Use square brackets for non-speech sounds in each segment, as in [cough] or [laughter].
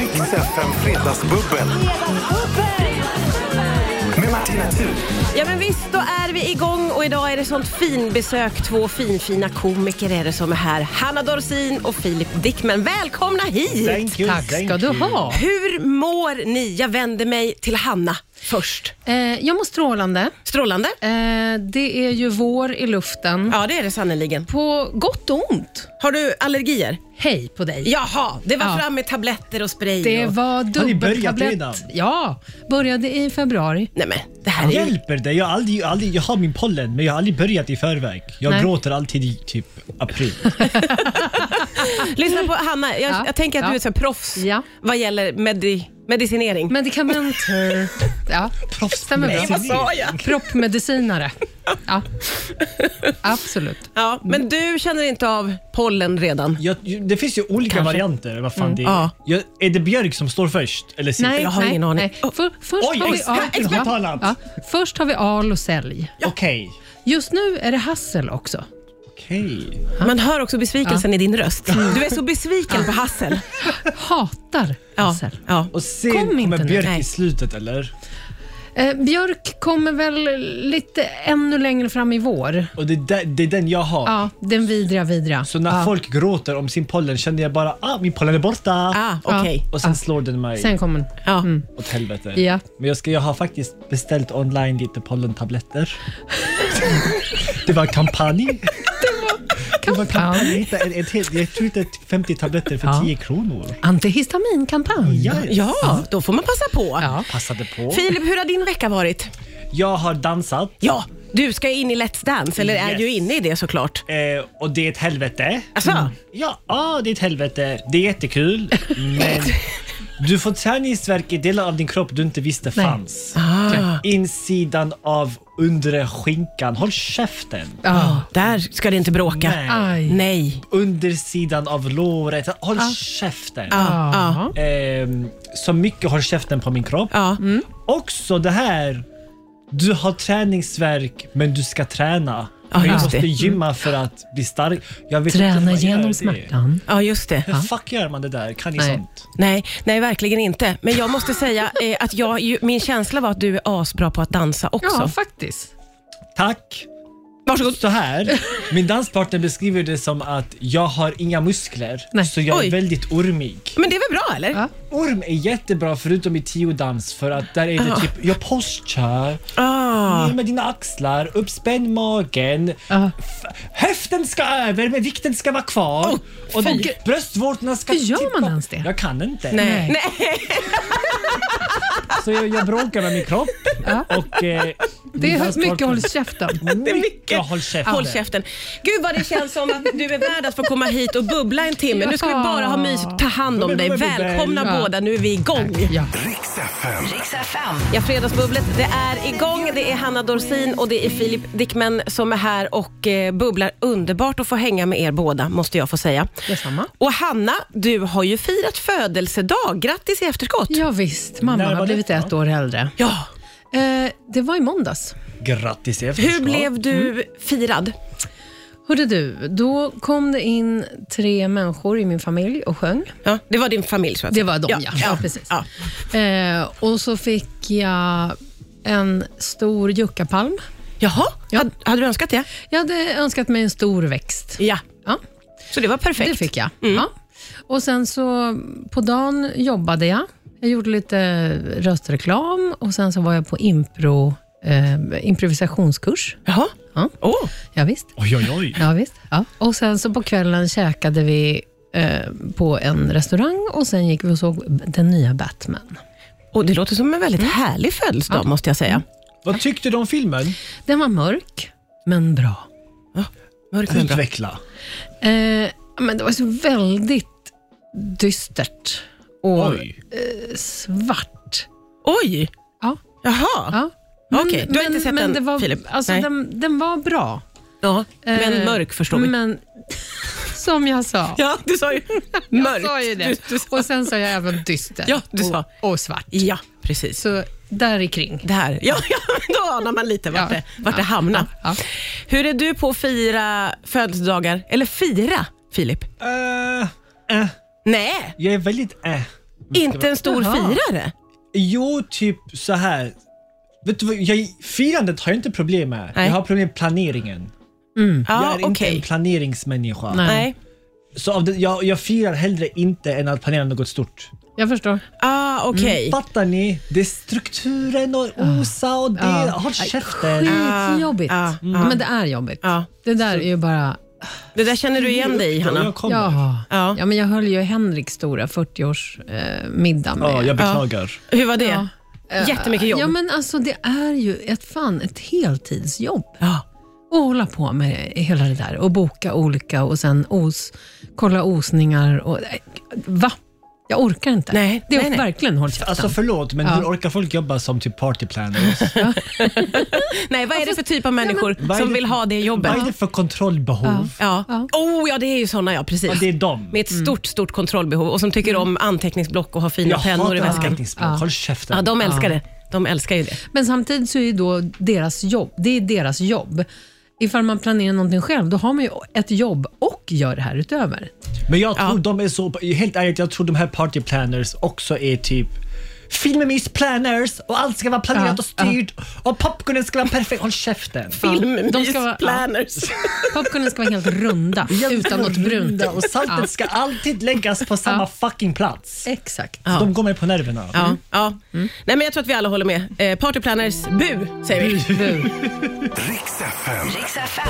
FM Fredagsbubbel med Martina Thun. Ja men visst, då är vi igång och idag är det sånt finbesök. Två finfina komiker är det som är här. Hanna Dorsin och Filip Dickman. Välkomna hit! Thank you, Tack thank ska du you. ha. Hur mår ni? Jag vänder mig till Hanna först. Eh, jag mår strålande. Strålande? Eh, det är ju vår i luften. Ja, det är det sannerligen. På gott och ont. Har du allergier? Hej på dig. Jaha, det var Ja. fram med tabletter och spray. Det och... var dubbeltablett. redan? Ja, började i februari. Nej men, det här är ju... Hjälper det? Jag har, aldrig, aldrig, jag har min pollen, men jag har aldrig börjat i förväg. Jag Nej. gråter alltid i typ [laughs] april. Lyssna på Hanna, jag, Ja, jag tänker att ja. du är så här proffs Ja. vad gäller medi- medicinering. Medikamenter. ja, stämmer Nej, bra. vad sa jag? Kroppmedicinare. Ja, absolut. Ja, men du känner inte av pollen redan? Jag, det finns ju olika Kanske. Mm. varianter. Vad fan det är. Ja. Jag, är det björk som står först? Eller sitter? Nej, Jag har nej, ingen aning. nej. För, först, Oj, har vi expert- al- experttalat. ja, ja. först har vi al och sälj. Okej. Just nu är det hassel också. Okej. Man hör också besvikelsen i din röst. Du är så besviken på Hassel. Hatar Ja, hassel. ja. Och sen Kom inte kommer nu. björk Nej. i slutet, eller? Eh, Björk kommer väl lite ännu längre fram i vår. Och det, är där, det är den jag har. Ja, den vidriga, vidriga. Så när ja. folk gråter om sin pollen känner jag bara ah, min pollen är borta. Ah, okej. Och sen slår den mig Sen kommer den. Ja. åt helvete. Ja. Men jag, ska, jag har faktiskt beställt online lite pollentabletter. [laughs] det var kampanj. Det var kampanj. Det var kampanj. Ett, helt- jag tror det är 50 tabletter för Ja. 10 kronor. Antihistaminkampanj. Yes. Ja, då får man passa på. Ja. Passade på. Filip, hur har din vecka varit? Jag har dansat Ja, du ska in i Let's Dance, eller är Yes. ju inne i det såklart. eh, och det är ett helvete. Alltså, Ja, ah, det är ett helvete. Det är jättekul, men du får träningsvärk i delar av din kropp du inte visste Nej. fanns. Ah. Insidan av undre skinkan. Håll käften! Ja. där ska det inte bråka. Nej. Aj. Nej. Undersidan av låret. Håll käften! Ja, ja. Ja. Ehm, så mycket håll käften på min kropp. Ja. Också det här, du har träningsvärk men du ska träna. Men jag just måste det. gymma för att bli stark. Jag vet inte hur Träna man gör genom det. smärtan. ja, just det. Hur fuck gör man det där? Kan ni Nej. sånt? Nej, nej, verkligen inte. Men jag måste säga eh, att jag, ju, min känsla var att du är asbra på att dansa också. faktiskt. Tack! Varsågod. Så här, min danspartner beskriver det som att jag har inga muskler, Nej. så jag Oj. är väldigt ormig. Men det är väl bra eller? Ja. Orm är jättebra förutom i tiodans för att där är det typ, jag postar, Ah. ner med dina axlar, uppspänn magen, Ja. f- höften ska över men vikten ska vara kvar och de, Oh, fy. bröstvårtorna ska Hur gör man tillbaka. ens det? Jag kan inte. Nej. Nej. Så jag, jag bråkar med min kropp och eh, Det min är mycket danspartner- håll [laughs] käften. mycket mycket. håll käften. Håll käften. Gud vad det känns som att du är värd att få komma hit och bubbla en timme. Nu ska vi bara ha mys ta hand om dig. Välkomna Ja. båda, nu är vi igång. Ja. Riks FM. Ja, Fredagsbubblet det är igång. Det är Hanna Dorsin och det är Filip Dickman som är här och eh, bubblar underbart och får hänga med er båda, måste jag få säga. Detsamma. Och Hanna, du har ju firat födelsedag. Grattis i efterskott. ja visst, När mamma var har det blivit då? ett år äldre. Ja. Eh, det var i måndags. Grattis i Hur efterskott. blev du Mm. firad? Hörde du, då kom det in tre människor i min familj och sjöng. Ja, det var din familj så att Det säga. var de, ja. Ja, precis. Ja. Eh, och så fick jag en stor juckapalm. Jaha, Ja. Hade, hade du önskat det? Jag hade önskat mig en stor växt. Ja. Ja, Så det var perfekt. det fick jag. Ja. Och sen så på dagen jobbade jag. Jag gjorde lite röstreklam och sen så var jag på impro, eh, improvisationskurs. Jaha. Ja. Åh. Ja, visst. Oj, oj, oj. Ja, visst. Ja. Och sen så på kvällen käkade vi eh, på en restaurang och sen gick vi och såg den nya Batman. Och det låter som en väldigt Mm. härlig födelsedag måste jag säga. Vad tyckte du om filmen? Den var mörk, men bra. Mörk men bra. Utveckla. Eh, men det var så väldigt dystert och Oj. svart. Oj! Ja. Jaha. Ja. Okej, du har inte sett den, det var, Filip? Alltså, Nej. den, den var bra. Ja, men Eh, mörk förstår vi. Men, som jag sa. [laughs] Ja, du sa ju mörk. [laughs] Jag sa ju det. Du, du sa, Och sen sa jag även dyster Ja, du sa. och, och svart. ja, precis. Så där i kring. Det här. Ja, [laughs] ja, då anar man lite vart, Ja. det, vart det hamnar. Ja. Hur är du på att fira födelsedagar? Eller fira, Filip? Eh, eh. Nej, Jag är väldigt äh. Inte en stor Jaha. firare? Jo, typ så här. Vet du vad, jag, firandet har jag inte problem med. Nej. Jag har problem med planeringen. jag Mm. Ja, är inte Ah, okej. en planeringsmänniska. Nej. Nej. Så av det, jag, jag firar hellre inte än att planera något stort. Jag förstår. Ah, okej. Mm. Fattar ni? Det är strukturen och OSA och det. Ja. Håll Nej, käften. Skitjobbigt. Ah, ah, Ja, Men det är jobbigt. Ja. Det där är ju bara... Det där känner du igen dig i, Hanna? Jag kommer. Ja. Ja. Ja. men jag höll ju Henriks stora 40-årsmiddag eh, middag med. Ja, jag beklagar. Hur var Ja. det? Eh, Jättemycket jobb. Ja, men alltså det är ju ett fan ett heltidsjobb. Ja. Och hålla på med hela det där och boka olika och sen os, kolla osningar. Och, nej, va? Jag orkar inte. Nej, det är nej, nej. verkligen håll käften. Alltså förlåt, men Ja. hur orkar folk jobba som typ [laughs] partyplanners? Nej, vad är Alltså, det för typ av människor Vad är som det- vill ha det jobbet? Vad är det för kontrollbehov? Ja. Ja. Oh, ja, det är ju sådana ja, precis. Ja, det är Mm. dem. Med ett stort, stort kontrollbehov och som tycker Mm. om anteckningsblock och har fina Jag pennor i hatar väskan. anteckningsblock. Håll käften. Ja, de älskar det. De älskar ju det. Men samtidigt så är ju då deras jobb, det är deras jobb. Ifall man planerar någonting själv, då har man ju ett jobb och gör det här utöver. Men jag tror de är så, helt ärligt, jag tror de här party planners också är typ Filmemis planners och allt ska vara planerat Ja, och styrt och popcornen ska vara perfekt. Håll käften! Filmmys de ska vara- planners. Popcornen ska vara helt runda, [laughs] utan något brunt. Och saltet ska alltid läggas på samma fucking plats. Exakt. Ja. De går mig på nerverna. Ja, ja. Mm. Nej, men jag tror att vi alla håller med. Eh, party planners, bu, säger vi. Bu. Riks FM.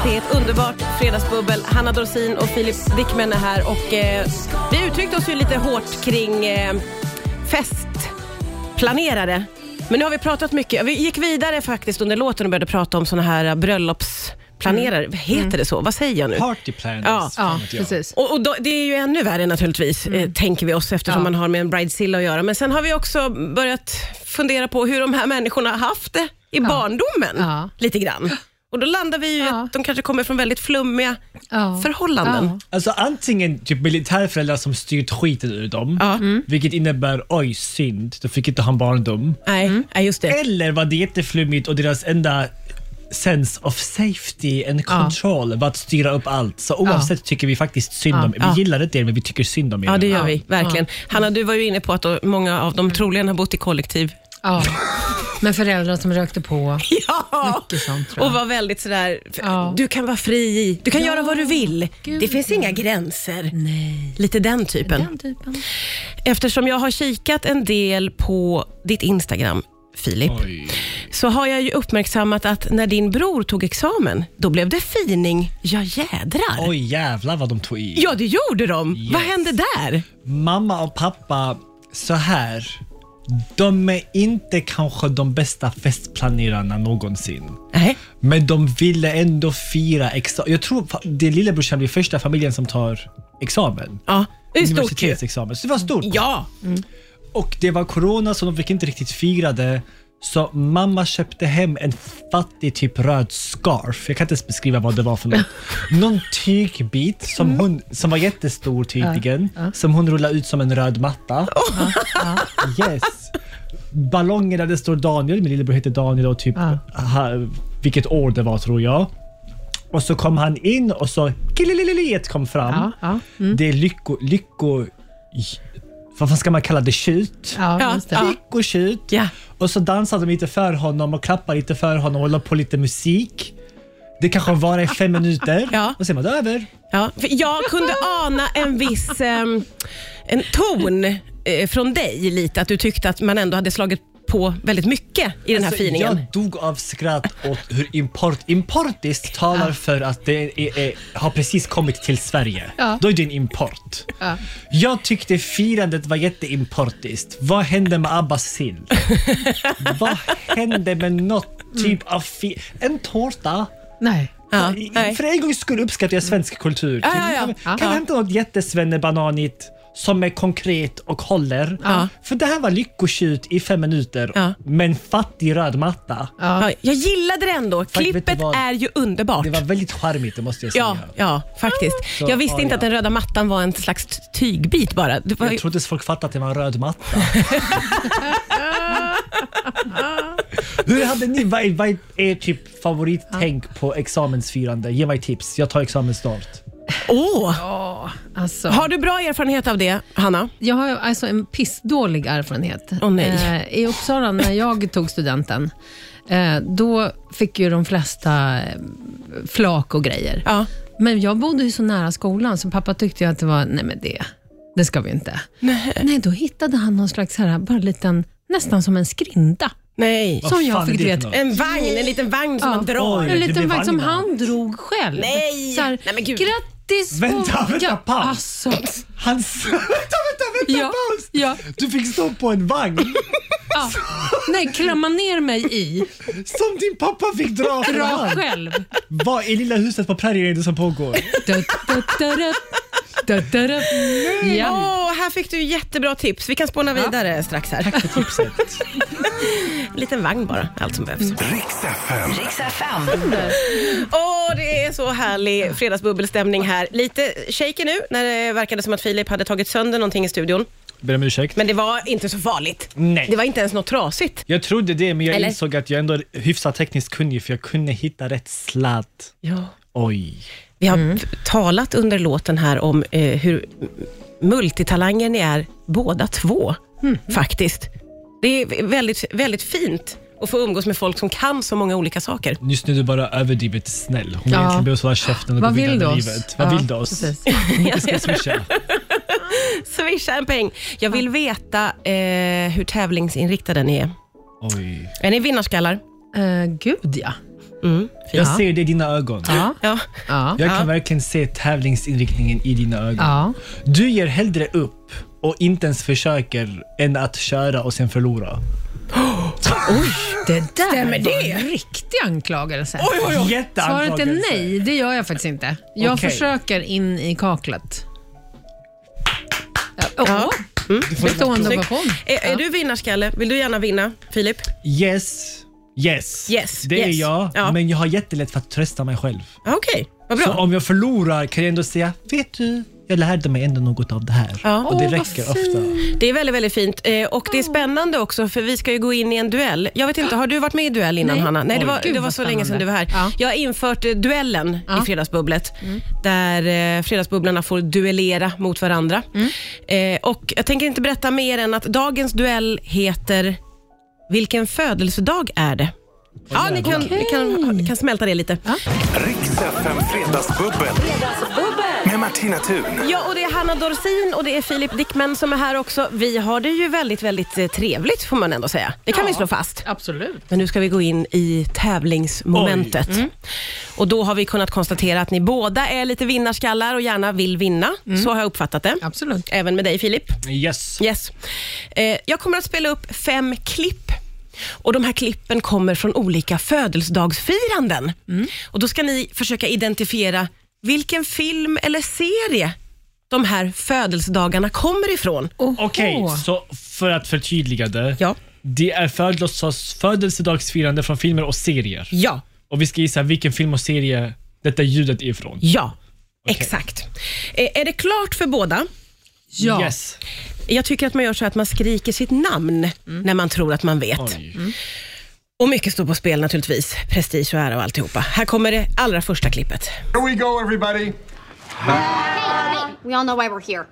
Det är ett underbart fredagsbubbel. Hanna Dorsin och Filip Dickman är här och eh, vi uttryckte oss ju lite hårt kring eh, festplanerare. Men nu har vi pratat mycket. Vi gick vidare faktiskt under låten och började prata om såna här eh, bröllopsplanerare. Heter det så? Vad säger jag nu? Party planners. Ja. Ja, fan vet jag. precis. Och, och då, det är ju ännu värre naturligtvis, eh, tänker vi oss, eftersom Mm. Ja. man har med en bridezilla att göra. Men sen har vi också börjat fundera på hur de här människorna har haft det i barndomen. Ja. Lite grann. Och då landar vi ju i Ja. att de kanske kommer från väldigt flummiga Ja. förhållanden. Alltså antingen typ militärföräldrar som styrt skiten ur dem, Ja. vilket innebär oj synd, då fick inte han barndom. Nej, Mm. nej, just det. Eller var det jätteflummigt och deras enda sense of safety and control var att styra upp allt. Så oavsett tycker vi faktiskt synd om Vi Ja. gillar inte er, men vi tycker synd om er. Ja, det gör Ja. vi. Verkligen. Hanna, du var ju inne på att då, många av dem troligen har bott i [laughs] kollektiv. Ja. Med föräldrar som rökte på. Ja! Mycket sånt, tror jag. Och var väldigt sådär, f- Ja. du kan vara fri, i- du kan göra vad du vill. Gud, det finns inga gränser. Lite den typen. Den typen. Eftersom jag har kikat en del på ditt Instagram, Filip, Oj. så har jag ju uppmärksammat att när din bror tog examen, då blev det fining, ja jädrar. Oj jävlar vad de tog i. Ja, det gjorde de. Yes. Vad hände där? Mamma och pappa, så här. De är inte kanske de bästa festplanerarna någonsin. Nej. Men de ville ändå fira examen. Jag tror fa- det är lillebrorsan blir första familjen som tar examen. Ja, det är stort ju. Universitetsexamen. Så det var stort. Ja, Och det var corona så de fick inte riktigt fira det. Så mamma köpte hem en fattig typ röd scarf. Jag kan inte ens beskriva vad det var för något. Någon tygbit som, hon, som var jättestor tydligen. Som hon rullade ut som en röd matta. Yes. Ballonger där det står Daniel, min lillebror heter Daniel och typ ha, vilket år det var tror jag. Och så kom han in och så kililililiet kom fram. Ja, ja. Mm. Det är lycko... lycko vad fan ska man kalla det? Tjut? Ja, Ja, just ja. det. lyckotjut. Ja. Och så dansade de lite för honom och klappade lite för honom och la på lite musik. Det kanske var i fem minuter Ja. och sen var det över. Ja, för jag kunde ana en viss ehm, en ton eh, från dig lite, att du tyckte att man ändå hade slagit på väldigt mycket i den här Alltså, finingen. Jag dog av skratt åt hur import, importiskt talar för att det är, är, har precis kommit till Sverige. Ja. Då är det en import. Ja. Jag tyckte firandet var jätteimportiskt. Vad hände med Abbas [laughs] sill? Vad hände med något typ av fi- En tårta? Nej. Ja, I- nej. För en gång skulle uppskattar jag svensk kultur. Ja, ja, ja. Kan vi hämta något jättesvennebananigt som är konkret och håller? Ja. För det här var lyckotjut i fem minuter Ja. med en fattig röd matta. Ja, jag gillade det ändå. vet Klippet du vad? är ju underbart. Det var väldigt charmigt, det måste jag säga. Ja, ja, faktiskt. Så, jag visste ja, inte Ah. ja. att den röda mattan var en slags t- tygbit bara. Det var ju... Jag trodde folk fattade att det var en röd matta. [laughs] Hur hade ni, vad, vad är er typ favorittänk på examensfirande? Ge mig tips, jag tar examen snart. Åh! Alltså, Har du bra erfarenhet av det, Hanna? Jag har alltså en pissdålig erfarenhet. Åh, nej. Eh, I Uppsala, när jag tog studenten, eh, då fick ju de flesta eh, flak och grejer. Ja. Men jag bodde ju så nära skolan, så pappa tyckte ju att det var, nej men det, det ska vi inte. Nej, då hittade han någon slags, så här, bara liten, nästan som en skrinda. Nej. Vad Som jag fan är fick, det du för vet, något? En vagn, en liten vagn som Ja. man drar. Oj. En det liten blir vagn som vagn, va? han drog själv. Nej! Så här, Nej, men gud. Grattis! Vänta, på- vänta, ja, paus. Alltså, Hans... [laughs] vänta, vänta, vänta, Ja, paus! ja. Du fick stå på en vagn ja. Nej, klämma ner mig i. som din pappa fick dra för Dra hand. själv. Vad i lilla huset på prärien är det som pågår? Da, da, da, da. Da, da, da. Ja. Åh, här fick du jättebra tips. Vi kan spåna vidare strax här. Tack för tipset. En liten vagn bara, allt som behövs. Mm. Riks FM. Riks FM. Åh, det är så härlig fredagsbubbelstämning här. Lite shaky nu när det verkade som att Filip hade tagit sönder någonting i studion. Ber om ursäkt. Men det var inte så farligt. Nej. Det var inte ens något trasigt. Jag trodde det, men jag Eller? insåg att jag ändå är hyfsat tekniskt kunnig för jag kunde hitta rätt sladd. Ja. Oj. Vi har talat under låten här om eh, hur multitalanger ni är båda två, faktiskt. Det är väldigt, väldigt fint att få umgås med folk som kan så många olika saker. [laughs] Just nu är du bara överdrivet snäll. Hon Ja. ja. egentligen behöver hålla käften och Vad gå vidare vill du med oss? livet. Vad Ja, vill du oss? precis. Inte ska swisha. Swisha en peng. Jag vill veta eh, hur tävlingsinriktade ni är. Oj. Är ni vinnarskallar? Eh, gud ja. Jag Mm. Ja. ser det i dina ögon. Ja. Ja. Ja. Jag kan Ja. verkligen se tävlingsinriktningen i dina ögon. ja. Du ger hellre upp och inte ens försöker än att köra och sen förlora. Det där Stämmer var det? en riktig anklagelse. Svaret Jätteanklagelse. är nej, det gör jag faktiskt inte. Jag Okej. försöker in i kaklet. Ja. Oh. Ja. Stående Snyggt. ovation. Är, är Ja. du vinnarskalle? Vill du gärna vinna, Filip? Yes. Yes. Yes, Det är yes. jag, Ja. men jag har jättelätt för att trösta mig själv. Ja, Okej, vad Så bra. om jag förlorar kan jag ändå säga, vet du, jag lärde mig ändå något av det här. Ja. Och det Åh, vad räcker ofta. Det är väldigt, väldigt fint. Eh, och det är spännande också, för vi ska ju gå in i en duell. Jag vet inte, har du varit med i duell innan, Nej. Hanna? Nej, det Oj. var, Gud, det var vad så länge sedan spännande. du var här. Ja. Jag har infört eh, duellen i Ja. Mm. Fredagsbubblet, där eh, Fredagsbubblarna får duellera mot varandra. Mm. Eh, och jag tänker inte berätta mer än att dagens duell heter Vilken födelsedag är det? Ja, ni kan, ni, kan, ni kan smälta det lite. Riks FM Fredagsbubbel. Med Martina Thun. Ja, och det är Hanna Dorsin och det är Filip Dickman som är här också. Vi har det ju väldigt, väldigt eh, trevligt får man ändå säga. Det kan vi slå fast. Absolut. Men nu ska vi gå in i tävlingsmomentet. Och då har vi kunnat konstatera att ni båda är lite vinnarskallar och gärna vill vinna. Så har jag uppfattat det. Absolut. Även med dig Filip. Yes. Yes. Eh, jag kommer att spela upp fem klipp. Och De här klippen kommer från olika födelsedagsfiranden. Och då ska ni försöka identifiera vilken film eller serie de här födelsedagarna kommer ifrån. Okej, Oho. så för att förtydliga det. Ja. Det är födelsedags, födelsedagsfirande från filmer och serier. Ja. Och vi ska gissa vilken film och serie detta ljudet är ifrån. Ja. Exakt. Eh, är det klart för båda? Ja. Yes. Jag tycker att man gör så att man skriker sitt namn när man tror att man vet. Mm. Oj. Och mycket står på spel naturligtvis. Prestige och ära och alltihopa. Här kommer det allra första klippet. Here we go, everybody. Hey, we all know why we're here.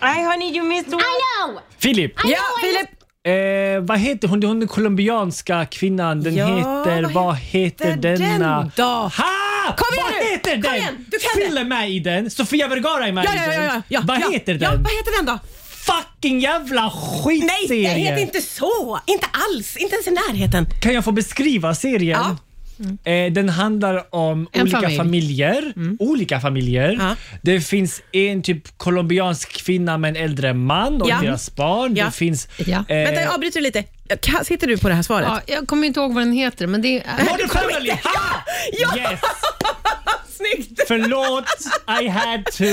Nej hörni, you missed one. I know! Filip! I Ja, know I Filip! Eh, vad heter hon? Det är hon den colombianska kvinnan. Den Ja, heter... vad Vad heter heter denna? den då? Ha! Kom igen vad nu! heter Kom den? igen, du kan Fylla mig i den. Sofia Vergara är med Ja, i ja, den. ja, ja, ja, vad ja, heter ja, den? Vad heter den då? Fucking jävla Nej, skitserie! den heter inte så. Inte alls. Inte ens i närheten. Kan jag få beskriva serien? Ja. Eh, den handlar om En olika familj. familjer. Olika familjer. Ja. Det finns en typ colombiansk kvinna med en äldre man och Ja. deras barn. Ja. Det finns... eh, Ja. Vänta, jag avbryter lite. Ka- Sitter du på det här svaret? Ja, jag kommer inte ihåg vad den heter, men det är... Modern Family! Ha! Ja! Yes! [laughs] Snyggt! Förlåt, I had to,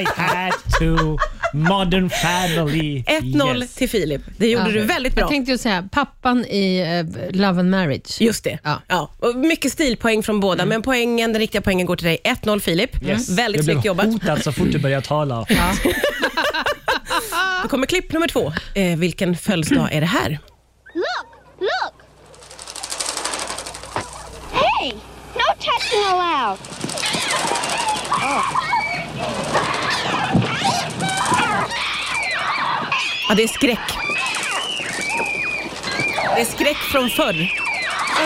I had to. Modern Family. 1-0 Yes. till Filip. Det gjorde Ja. du väldigt bra. Jag tänkte ju säga pappan i eh, Love and Marriage. Just det. Ja. Ja. Och mycket stilpoäng från båda, men poängen, den riktiga poängen går till dig. 1-0 Filip. Mm. Yes. Mm. Väldigt jag snyggt jobbat. Jag blev hotad så fort du började tala. Då kommer klipp nummer två. Eh, vilken födelsedag är det här? Look! Look! Hey! No touching allowed! Ja, det är skräck. Det är skräck från förr.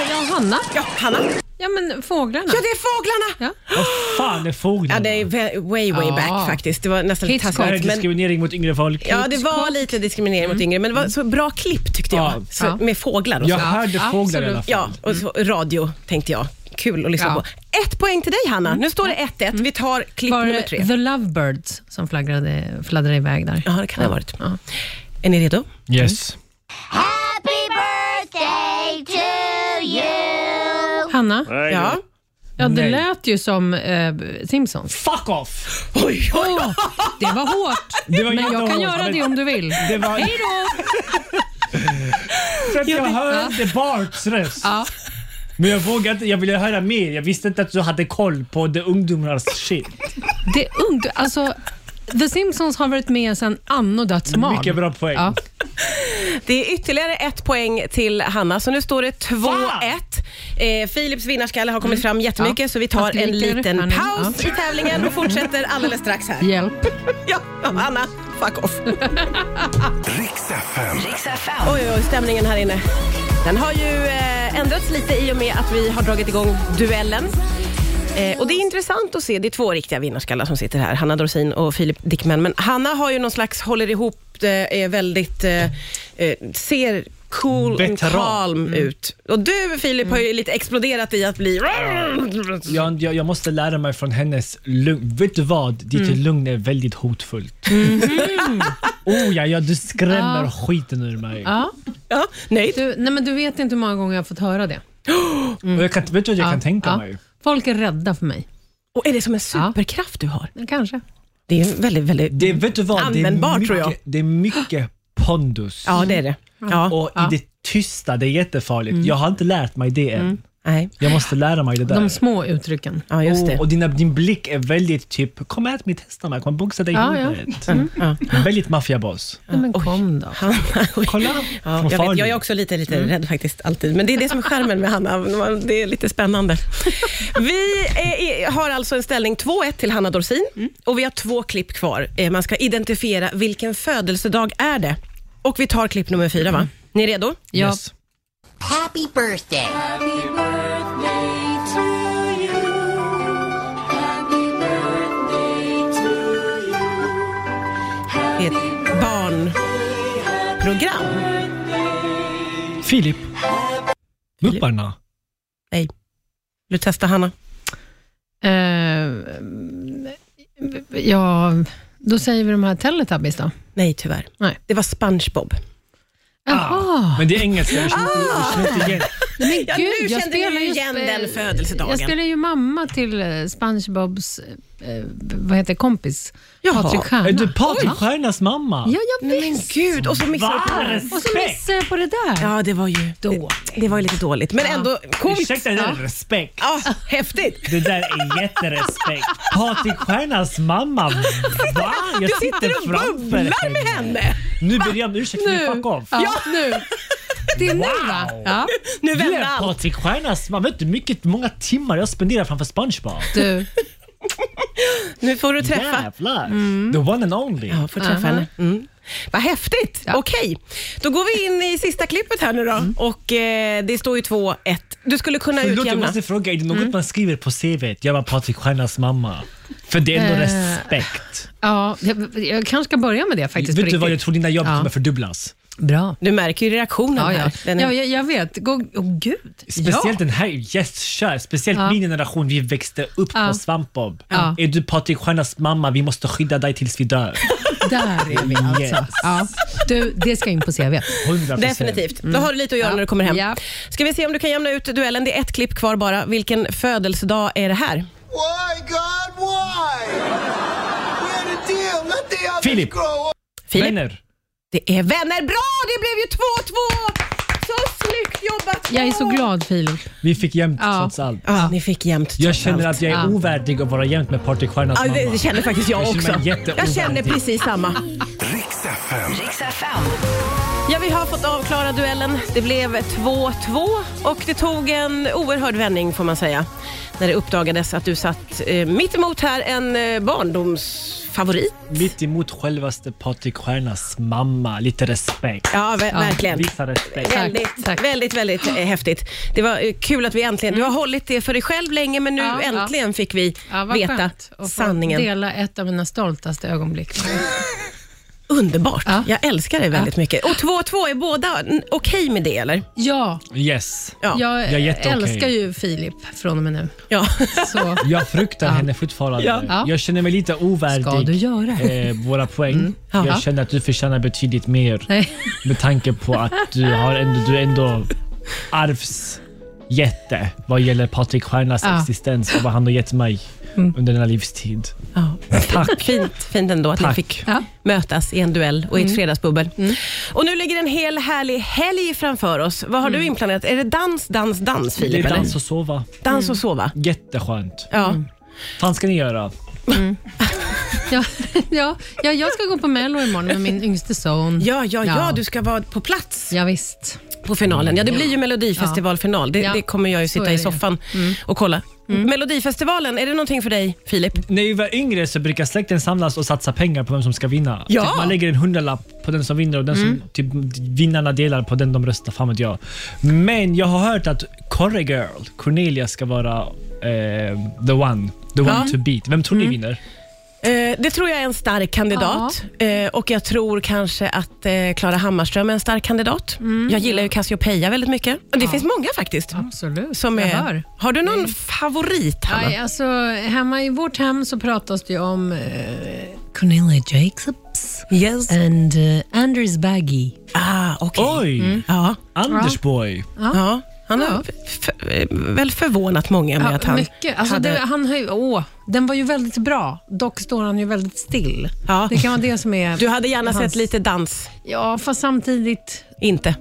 Ja, Hanna. Ja, Hanna. Ja, men fåglarna. Ja, Ah. det är fåglarna! Ja. Vad fan är fåglarna? Ja, det är ve- way, way Ja. back faktiskt. Det var nästan lite Hitchcock. Det här är taskigt. Men diskriminering mot yngre folk. Ja, det var lite diskriminering mot yngre, men det var så bra klipp tyckte jag. Ja. Så, Ja. Med fåglar och Jag så. hörde fåglar i alla absolut. fall. Ja, och så radio tänkte jag. Kul att lyssna Ja. på. Ett poäng till dig Hanna. Nu står det 1-1. Vi tar klipp Var nummer det tre. The Lovebirds som fladdrade, fladdrade iväg där? Ja, det kan det ha varit. Är ni redo? Yes. Happy birthday to you. Hanna? Ja. Ja, det Nej. lät ju som eh, Simpsons. Fuck off! Oj, oj. Åh, det [laughs] var hårt. Det var Men jag kan jättehårt, göra men- det om du vill. Det var... Hej då! För att jag hörde Barts röst. Men jag vågade inte, jag ville höra mer. Jag visste inte att du hade koll på de ungdomarnas shit. Det är ungt. Alltså, The Simpsons har varit med sedan anno dazumal. Mycket bra poäng. Ja. Det är ytterligare ett poäng till Hanna, så nu står det 2-1. Fan! Eh, Philips vinnarskalle har kommit fram jättemycket, Ja. så vi tar Jag en skriker liten här nu. paus i tävlingen och fortsätter alldeles strax här. Hjälp. Ja, ja, Hanna, fuck off. Riks FM. Oj, oj, oj, stämningen här inne. Den har ju eh, ändrats lite i och med att vi har dragit igång duellen. Eh, och Det är intressant att se, det är två riktiga vinnarskallar som sitter här, Hanna Dorsin och Filip Dickman. Men Hanna har ju någon slags, håller ihop, eh, är väldigt, eh, eh, ser cool och Veteran. Mm. calm ut. Och du Filip har ju lite exploderat i att bli... Jag, jag, jag måste lära mig från hennes lugn. Vet du vad? Ditt Mm. lugn är väldigt hotfullt. [laughs] oh ja, ja, du skrämmer Ja. skiten ur mig. Ja. Mhm. Ja, nöjd. Du, nej, men du vet inte hur många gånger jag har fått höra det. Och jag kan, vet du vad jag Ja, kan tänka ja. mig? Folk är rädda för mig. Och är det som en superkraft du har? Men Kanske. Det är ju väldigt, väldigt... Det, vet du vad? Användbart, det är mycket, tror jag. Det är mycket pondus. Ja, det är det. Ja. Mm. Mm. Och i det tysta, det är jättefarligt. Jag har inte lärt mig det än. Nej. Jag måste lära mig det där. Oh, De små uttrycken. ja, just det. [laughs] Och, och dina, din blick är väldigt typ, kom ät mig, testa mig, kom boxa dig i Ja, ja. huvudet. Ja. Väldigt maffiaboss. Nej, men kom då. Hanna, oj. Kolla, Ja, vad Mm. jag, vet, farlig. jag är också lite, lite rädd faktiskt, alltid. Men det är det som är charmen med Hanna. Man- Det är lite spännande. Vi eh, är, har alltså en ställning 2-1 till Hanna Dorsin Mm. och vi har två klipp kvar. Eh, Man ska identifiera vilken födelsedag är det. Och vi tar klipp nummer fyra, Mm. va? Ni är redo? Ja. Yes. Happy birthday. Det är ett barnprogram. Filip. Mupparna. Nej. Vill du testa Hanna? Eh, ja, då säger vi de här Teletubbies då. Nej, tyvärr. Nej. Det var SpongeBob. Jaha. Ah, Men det är engelska, jag känner inte- jag känner inte igen. Men Ja, nu kände du ju igen spe- den födelsedagen. Jag spelar ju mamma till eh, SpongeBobs eh, vad heter det, kompis, Jaha. Patrik Stjärna. Är du Patrik Ja, Stjärnas mamma? ja, jag Nej, men visst. gud, och så mixade Va? vi på Och så missade jag på det där. Ja, det var ju... Det, Dåligt. det var ju lite dåligt, men ändå coolt. Ursäkta, det där är respekt. Ja, häftigt. Det där är jätterespekt. Patrik Stjärnas mamma, va? Jag Du sitter och bubblar med henne. Nu ber jag om ursäkt, Nu. men fuck off. Ja, nu. Det är nu va? Wow. Ja. Nu Du vänder är allt. Patrik Stjärnas mamma. Vet du hur mycket- många timmar jag spenderar framför Spongebob? Du. Nu får du träffa, Mm. Jävlar! The one and only. ja, får träffa henne. Mm. Vad häftigt. Okej, då går vi in i sista klippet här nu då. Och eh, det står ju 2-1. Du skulle kunna Förlåt, jag utjämna. måste fråga, är det Mm. något man skriver på CV? Jag var Patrik Stjärnas mamma. För det Eh, är ändå respekt. Ja, jag, jag kanske ska börja med det faktiskt. Vet på du vad, jag riktigt. tror dina jobb Ja. kommer fördubblas. Bra. Du märker ju reaktionen Ja, ja. här. Den är- Ja, jag, jag vet. Gå, oh, gud. Speciellt ja. den här, yes kör. Speciellt Ja. min generation, vi växte upp Ja. på svampbob. Ja. Är du Patrik Stjärnas mamma, vi måste skydda dig tills vi dör. Där är vi alltså. Yes. Ja. Du, det ska in på CV. 100%. Definitivt. Då har du lite att göra Ja. när du kommer hem. Ja. Ska vi se om du kan jämna ut duellen. Det är ett klipp kvar bara. Vilken födelsedag är det här? Why, God, why? We had a deal. Let the others Philip. grow up. Filip? Vänner. Det är vänner. Bra! Det blev ju 2-2! Så snyggt jobbat! Jag är så glad Filip. Vi fick jämnt Ja. trots allt. Ja, ni fick jämnt. Jag känner att jag är Ja. ovärdig att vara jämt med Patrik Stjärnas Ja, mamma. det, det känner faktiskt jag Jag känner också. mig jätteovärdig. Jag känner precis samma. Riks FM. Ja, vi har fått avklara duellen. Det blev 2-2 och det tog en oerhörd vändning får man säga. När det uppdagades att du satt eh, mitt emot här en eh, barndomsförälder favorit. Mitt emot självaste Patrik Stjärnas mamma. Lite respekt. Ja, ver- verkligen. Visa respekt. Tack, Väldigt, tack. väldigt, väldigt eh, häftigt. Det var eh, kul att vi äntligen, du har hållit det för dig själv länge men nu Ja, ja. äntligen fick vi Ja, vad veta skönt att få sanningen. dela ett av mina stoltaste ögonblick. Underbart, Ja. jag älskar dig väldigt mycket. Och 2-2, är båda n- okej med det eller? Ja, Yes. Ja. jag jag är jätteokej. älskar ju Filip från och med nu. Ja. Så, Jag fruktar henne fortfarande. Ja. Ja. Jag känner mig lite ovärdig. Ska du göra? Mm. Eh, våra poäng. Jaha. Jag känner att du förtjänar betydligt mer. nej. Med tanke på att du har ändå, du är ändå arvsjätte vad gäller Patrik Stjärnas Ja. Mm. existens och vad han har gett mig under denna livstid. Ja. Tack. Fint, fint ändå att ni Tack. fick Ja. Mm. mötas i en duell och i ett fredagsbubbel. Och nu ligger en hel härlig helg framför oss. Vad har Mm. du inplanerat? Är det dans, dans, dans Det är Filip? dans Mm. Dans, och sova. dans och sova? Jätteskönt. Ja. fan ska ni göra? Ja, ja, ja, jag ska gå på Mello imorgon med min yngste son. Ja, ja, ja, Ja. du ska vara på plats Ja, visst. på finalen. Ja, det blir ju Melodifestivalfinal. Det, Ja. det kommer jag ju Så sitta är i det ju. Mm. soffan och kolla. Melodifestivalen, är det någonting för dig Filip? När vi var yngre så brukade släkten samlas och satsa pengar på vem som ska vinna. Ja. Typ man lägger en hundralapp på den som vinner och den Mm. som, typ, vinnarna delar på den de röstar. Fan vet jag. Men jag har hört att Corre Girl, Cornelia, ska vara eh, the one. The one to beat. Vem Mm. tror ni vinner? Eh, det tror jag är en stark kandidat eh, och jag tror kanske att eh, Klara Hammarström är en stark kandidat. Jag gillar ju Cassiopeia väldigt mycket. Och det finns många faktiskt. Mm. Absolut. Som jag är, hör. har du någon favorit Hanna? Nej, alltså, hemma i vårt hem så pratas det ju om eh, Cornelia Jacobs Yes. and eh, Anders Baggy. Ah, okej. Oj! Ja, Anders boy. ja. Han har Mm. Ja. f- f- väl förvånat många med Ja, att han mycket. Alltså, hade... det, han har ju, åh, den var ju väldigt bra, dock står han ju väldigt still. Ja. Det kan vara det som är... Du hade gärna hans- sett lite dans, Ja, fast samtidigt... [laughs] inte?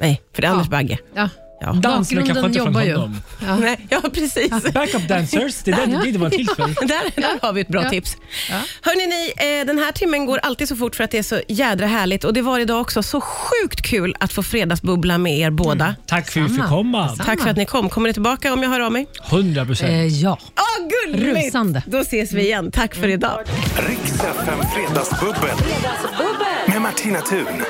Nej, för det är Anders Bagge. Ja. Ja. Dans, men Bakgrunden kanske inte från jobbar ju. honom. Nej, ja, precis. Backup dancers, [laughs] det är det- det är det var till för. [laughs] Där, där har vi ett bra Ja. tips. Ja. Hörrni, ni, eh, den här timmen går alltid så fort för att det är så jädra härligt och det var idag också så sjukt kul att få fredagsbubbla med er båda. Tack för att vi fick Samma. komma. Mm. Samma. Tack för att ni kom. Kommer ni tillbaka om jag hör av mig? 100 procent. Eh, ja. Åh, gulligt! Rusande. Mm. Då ses vi igen. Tack för idag. Riks FM Fredagsbubbel. Med Martina Thun.